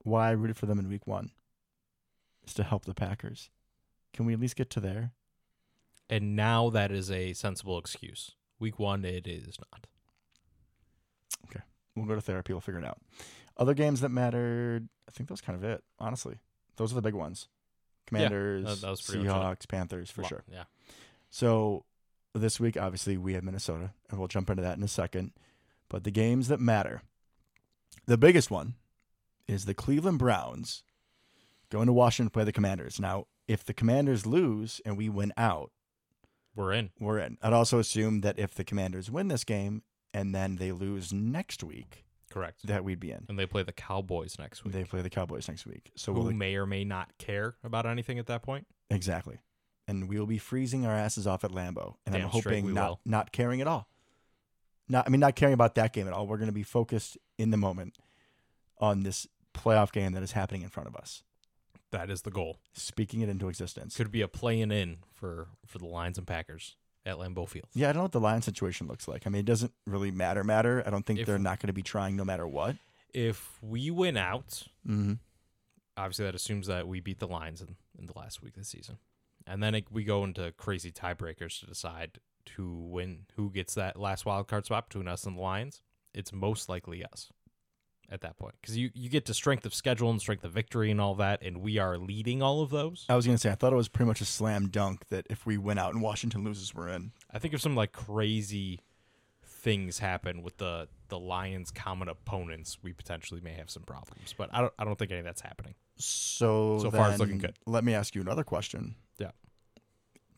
why I rooted for them in week one is to help the Packers. Can we at least get to there?
And now that is a sensible excuse. Week one, it is not.
We'll go to therapy. We'll figure it out. Other games that mattered, I think that was kind of it, honestly. Those are the big ones. Commanders,
that was pretty much
Seahawks, Panthers, for
Lo-
sure.
Yeah.
So this week, obviously, we have Minnesota, and we'll jump into that in a second. But the games that matter, the biggest one is the Cleveland Browns going to Washington to play the Commanders. Now, if the Commanders lose and we win out,
We're in.
we're in. I'd also assume that if the Commanders win this game and then they lose next week,
Correct.
that we'd be in.
And they play the Cowboys next week.
They play the Cowboys next week, so
who
we'll
may or may not care about anything at that point.
exactly, and we'll be freezing our asses off at Lambeau, and I'm
Damn straight
hoping
we
not
will.
not caring at all. Not, I mean, not caring about that game at all. We're going to be focused in the moment on this playoff game that is happening in front of us,
That is the goal.
speaking it into existence.
Could be a playing in for for the Lions and Packers at Lambeau Field.
yeah, I don't know what the Lions situation looks like. I mean, it doesn't really matter. Matter. I don't think
If-
they're not going to be trying no matter what.
If we win out,
Mm-hmm.
obviously that assumes that we beat the Lions in, in the last week of the season, and then it, we go into crazy tiebreakers to decide who win who gets that last wild card spot between us and the Lions. It's most likely us at that point because you you get to strength of schedule and strength of victory and all that, and we are leading all of those.
I was going to say, I thought it was pretty much a slam dunk that if we win out and Washington loses, we're in.
I think if some like crazy things happen with the the Lions' common opponents, we potentially may have some problems. But I don't I don't think any of that's happening.
So
So far, it's looking
then
good.
Let me ask you another question.
Yeah.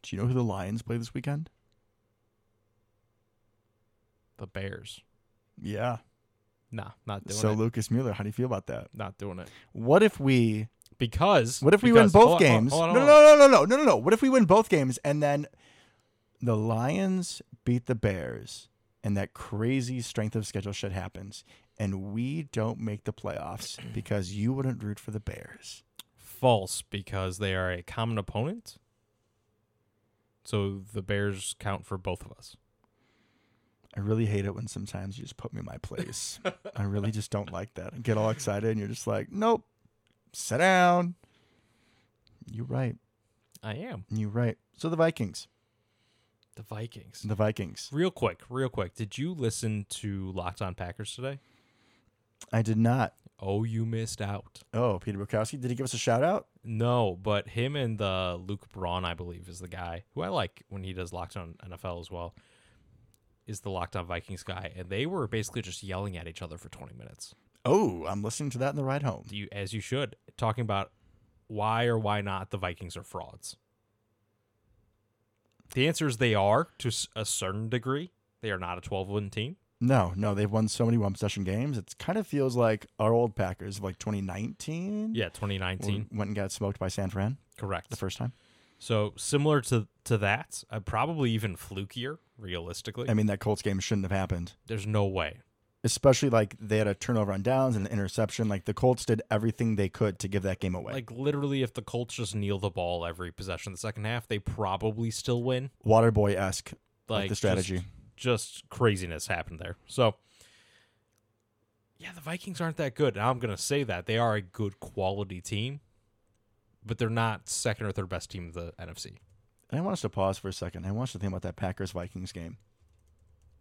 Do you know who the Lions play this weekend?
The Bears,
Yeah.
nah, not doing
so
it.
Lucas Mueller, how do you feel about that?
Not doing it
What if we
because
what if we
because-
win both
hold on,
games?
hold on,
no,
hold on.
no, no, no, no, no, no, no. What if we win both games and then the Lions beat the Bears and that crazy strength of schedule shit happens and we don't make the playoffs because you wouldn't root for the Bears.
False because they are a common opponent. So the Bears count for both of us.
I really hate it when sometimes you just put me in my place. I really just don't like that. I get all excited and you're just like, nope, sit down. You're right.
I am
You're right. So the Vikings.
the Vikings.
The Vikings.
Real quick, real quick. Did you listen to Locked On Packers today?
I did not.
Oh, you missed out.
Oh, Peter Bukowski. Did he give us a shout out?
No, but him and the Luke Braun, I believe, is the guy who I like when he does Locked On NFL as well. Is the Locked On Vikings guy, and they were basically just yelling at each other for twenty minutes.
Oh, I'm listening to that in the ride home.
Do You, as you should, talking about why or why not the Vikings are frauds. The answer is they are to s- a certain degree. They are not a twelve-win team.
No, no, they've won so many one possession games. It kind of feels like our old Packers of like 2019.
Yeah,
when
twenty
we
nineteen,
Went and got smoked by San Fran
correct.
the first time.
So similar to to that, uh, probably even flukier. Realistically,
I mean, that Colts game shouldn't have happened.
there's no way
especially like they had a turnover on downs and an interception. Like the Colts did everything they could to give that game away.
Like literally, if the Colts just kneel the ball every possession in the second half, they probably still win.
Waterboy esque, like,
Like
the strategy.
just, just craziness happened there. So, yeah, the Vikings aren't that good. And I'm gonna say that they are a good quality team, but they're not second or third best team of the NFC.
And I want us to pause for a second. I want us to think about that Packers Vikings game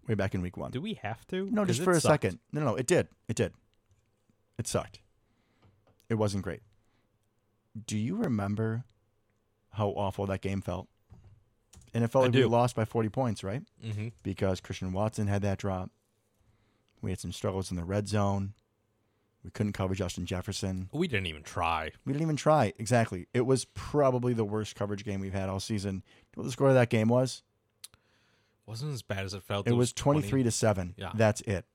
way back in week one.
Do we have to?
no,
'Cause
just
it
for a
sucked.
second. No, no, no, it did. It did. It sucked. It wasn't great. Do you remember how awful that game felt? And it felt
I
like we
do.
lost by 40 points, right?
Mhm.
because Christian Watson had that drop. We had some struggles in the red zone. We couldn't cover Justin Jefferson.
We didn't even try.
We didn't even try. Exactly. It was probably the worst coverage game we've had all season. You know What the score of that game was?
Wasn't as bad as it felt.
It was
20
23 to 7.
Yeah.
That's it.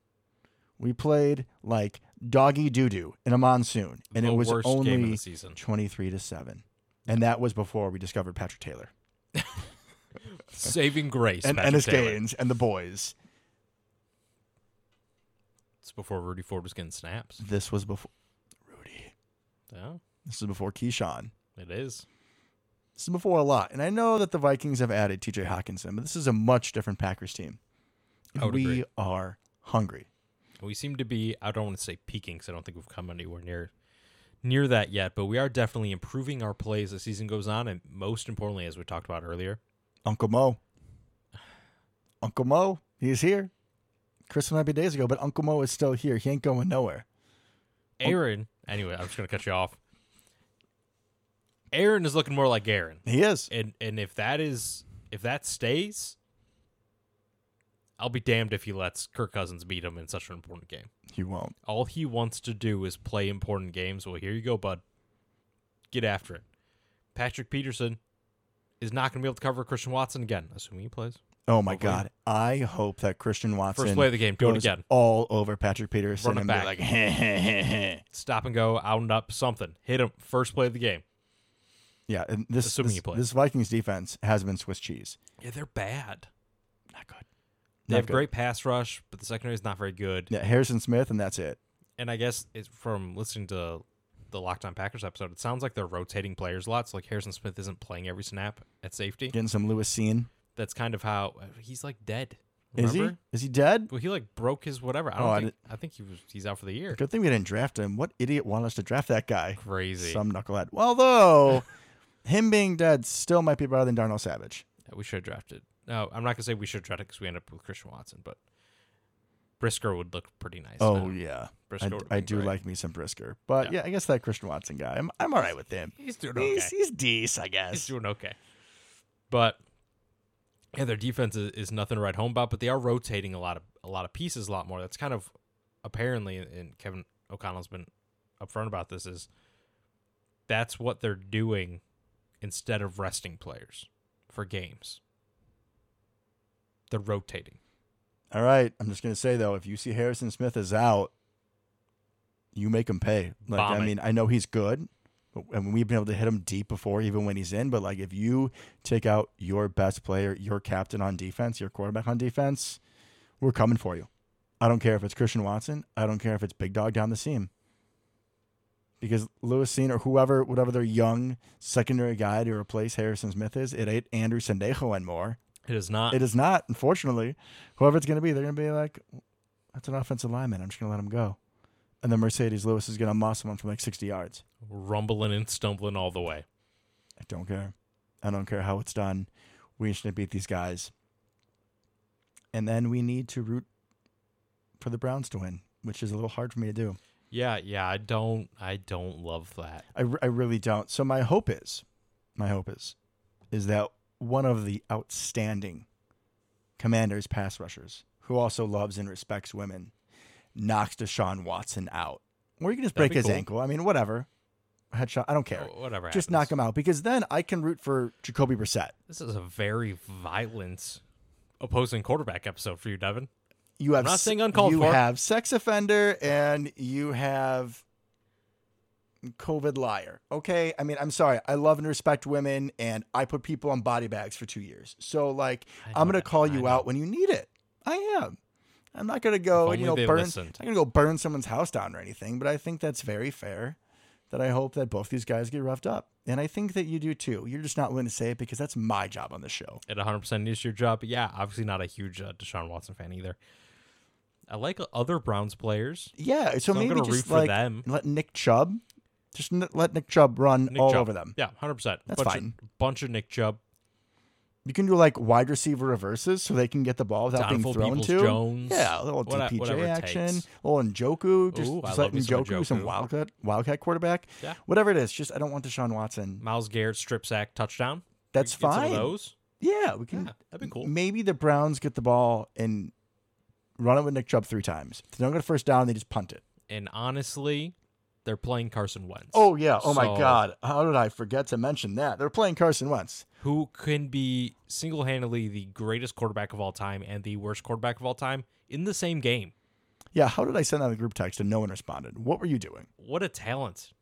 We played like doggy doo doo in a monsoon, and
the
it was
worst game of
only
the season.
23 to 7. And that was before we discovered Patrick Taylor
Saving grace.
and
Patrick
Ennis
Taylor.
Gaines and the boys.
It's before Rudy Ford was getting snaps.
This was before Rudy.
Yeah,
This is before Keyshawn.
it is.
This is before a lot. And I know that the Vikings have added TJ Hawkinson, but this is a much different Packers team.
I would
we
agree.
are hungry.
We seem to be. I don't want to say peaking because I don't think we've come anywhere near near that yet. But we are definitely improving our play as the season goes on, and most importantly, as we talked about earlier,
Uncle Mo. Uncle Mo, he's here. Chris went happy days ago, but Uncle Mo is still here. He ain't going nowhere.
Aaron. Anyway, I'm just gonna cut you off. Aaron is looking more like Aaron,
He is.
and and if that is if that stays, I'll be damned if he lets Kirk Cousins beat him in such an important game.
He won't.
All he wants to do is play important games. Well, here you go, bud. Get after it. Patrick Peterson is not going to be able to cover Christian Watson again, assuming he plays.
Oh my
Hopefully.
God. I hope that Christian Watson
First play of the game, do it
goes
again.
all over Patrick Peterson
Run it
and
back.
be like, heh, heh, heh, heh.
Stop and go, out and up, something. Hit him. First play of the game.
yeah. And this,
Assuming
this-
he plays.
this Vikings defense has been Swiss cheese.
Yeah, they're bad.
Not good.
They
Not
have
good.
great pass rush, but the secondary is not very good.
Yeah, Harrison Smith, and that's it.
And I guess it's from listening to the Lockdown Packers episode, it sounds like they're rotating players a lot. So, like, Harrison Smith isn't playing every snap at safety.
Getting some Lewis seen.
That's kind of how he's like dead.
Is
Remember?
he? Is he dead?
Well, he like broke his whatever. I don't
Oh, I
think. I, think he was. He's out for the year.
Good thing we didn't draft him. What idiot wanted us to draft that guy?
Crazy.
Some knucklehead. Although him being dead still might be better than Darnell Savage.
Yeah, we should have drafted. No, I'm not gonna say we should have drafted because we ended up with Christian Watson, but Brisker would look pretty nice.
Oh
now.
yeah, I,
Brisker. would
I
be
do
great.
like me some Brisker, but yeah. I guess that Christian Watson guy. I'm I'm all right with him.
He's doing okay.
He's
He's,
he's decent, I guess.
doing okay. But yeah, their defense is, is nothing to write home about. But they are rotating a lot of a lot of pieces a lot more. That's kind of apparently, and Kevin O'Connell's been upfront about this is that's what they're doing instead of resting players for games. They're rotating.
All right, I'm just gonna say though, if you see Harrison Smith is out, you make him pay. Like
Vomit.
I mean, I know he's good, but- and we've been able to hit him deep before, even when he's in. But like, if you take out your best player, your captain on defense, your quarterback on defense, we're coming for you. I don't care if it's Christian Watson. I don't care if it's Big Dog down the seam. Because Lewisine or whoever, whatever their young secondary guy to replace Harrison Smith is, it ain't Andrew Sendejo and more.
It is not.
It is not, unfortunately. Whoever it's going to be, they're going to be like, that's an offensive lineman. I'm just going to let him go. And then Mercedes Lewis is going to muscle him from like 60 yards.
rumbling and stumbling all the way.
I don't care. I don't care how it's done. We should beat these guys. And then we need to root for the Browns to win, which is a little hard for me to do.
Yeah, yeah, I don't I don't love that.
I, r- I really don't. So my hope is, my hope is, is that one of the outstanding commanders pass rushers who also loves and respects women knocks Deshaun Watson out, or you can just break
That'd be
his
cool.
ankle. I mean, whatever. Headshot. I don't care.
Oh, whatever.
just
happens.
knock him out because then I can root for Jacoby Brissett.
This is a very violent opposing quarterback episode for you, Devin.
You have
not
s-
saying uncalled
You
for.
have sex offender and you have COVID liar. Okay, I mean, I'm sorry. I love and respect women, and I put people on body bags for two years. So like,
I
I'm
know
gonna
that.
call
I
you
know.
out when you need it. I am. I'm not gonna go
If
and you know
only they
burn.
listened.
I'm not gonna go burn someone's house down or anything. But I think that's very fair. That I hope that both these guys get roughed up, and I think that you do too. You're just not willing to say it because that's my job on the show.
It 100% is your job. But yeah, obviously not a huge uh, Deshaun Watson fan either. I like other Browns players.
Yeah, so,
I'm
maybe
gonna root
just
for
like
them.
let Nick Chubb, just n- let Nick Chubb run
Nick
all
Chubb.
over them.
Yeah, 100%.
That's
bunch
fine.
Of, bunch of Nick Chubb,
You can do like wide receiver reverses so they can get the ball without
Donovan
being thrown to.
Peoples-Jones.
Yeah, a little
What-
DPJ
whatever it
action,
takes.
a little Njoku, just,
Ooh, I
just
love
let
me some
Njoku, some,
Njoku.
wildcat, wildcat quarterback.
Yeah.
whatever it is, just I don't want Deshaun Watson.
Miles Garrett, strip sack, touchdown.
That's
We could get
fine.
Some of those.
Yeah, we can.
Yeah, that'd be cool.
Maybe the Browns get the ball and run it with Nick Chubb three times. If they don't get a first down, they just punt it.
And honestly, they're playing Carson Wentz.
Oh yeah. Oh my
So-
God. How did I forget to mention that? They're playing Carson Wentz.
who can be single handedly the greatest quarterback of all time and the worst quarterback of all time in the same game.
Yeah, how did I send out the group text and no one responded? What were you doing?
What a talent.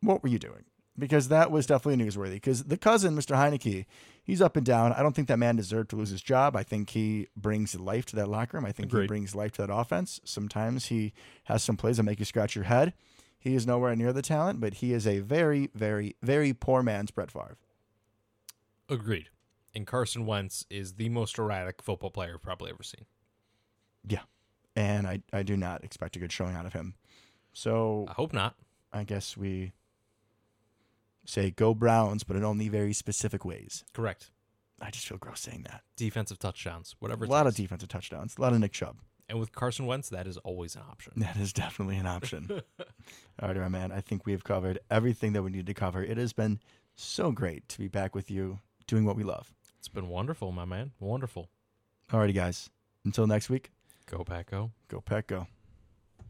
What were you doing? Because that was definitely newsworthy. Because the cousin, Mr. Heineke, he's up and down. I don't think that man deserved to lose his job. I think he brings life to that locker room. I think he
Agreed.
brings life to that offense. Sometimes he has some plays that make you scratch your head. He is nowhere near the talent, but he is a very, very, very poor man's Brett Favre.
Agreed. And Carson Wentz is the most erratic football player I've probably ever seen.
And I, I do not expect a good showing out of him. So
I hope not.
I guess we say go Browns, but in only very specific ways.
Correct.
I just feel gross saying that.
Defensive touchdowns, whatever.
A
It
lot of
takes.
defensive touchdowns. A lot of Nick Chubb.
And with Carson Wentz, that is always an option.
That is definitely an option. All right, my man. I think we have covered everything that we need to cover. It has been so great to be back with you doing what we love.
It's been wonderful, my man. Wonderful.
All righty, guys. Until next week,
Go Paco.
go Pack Go.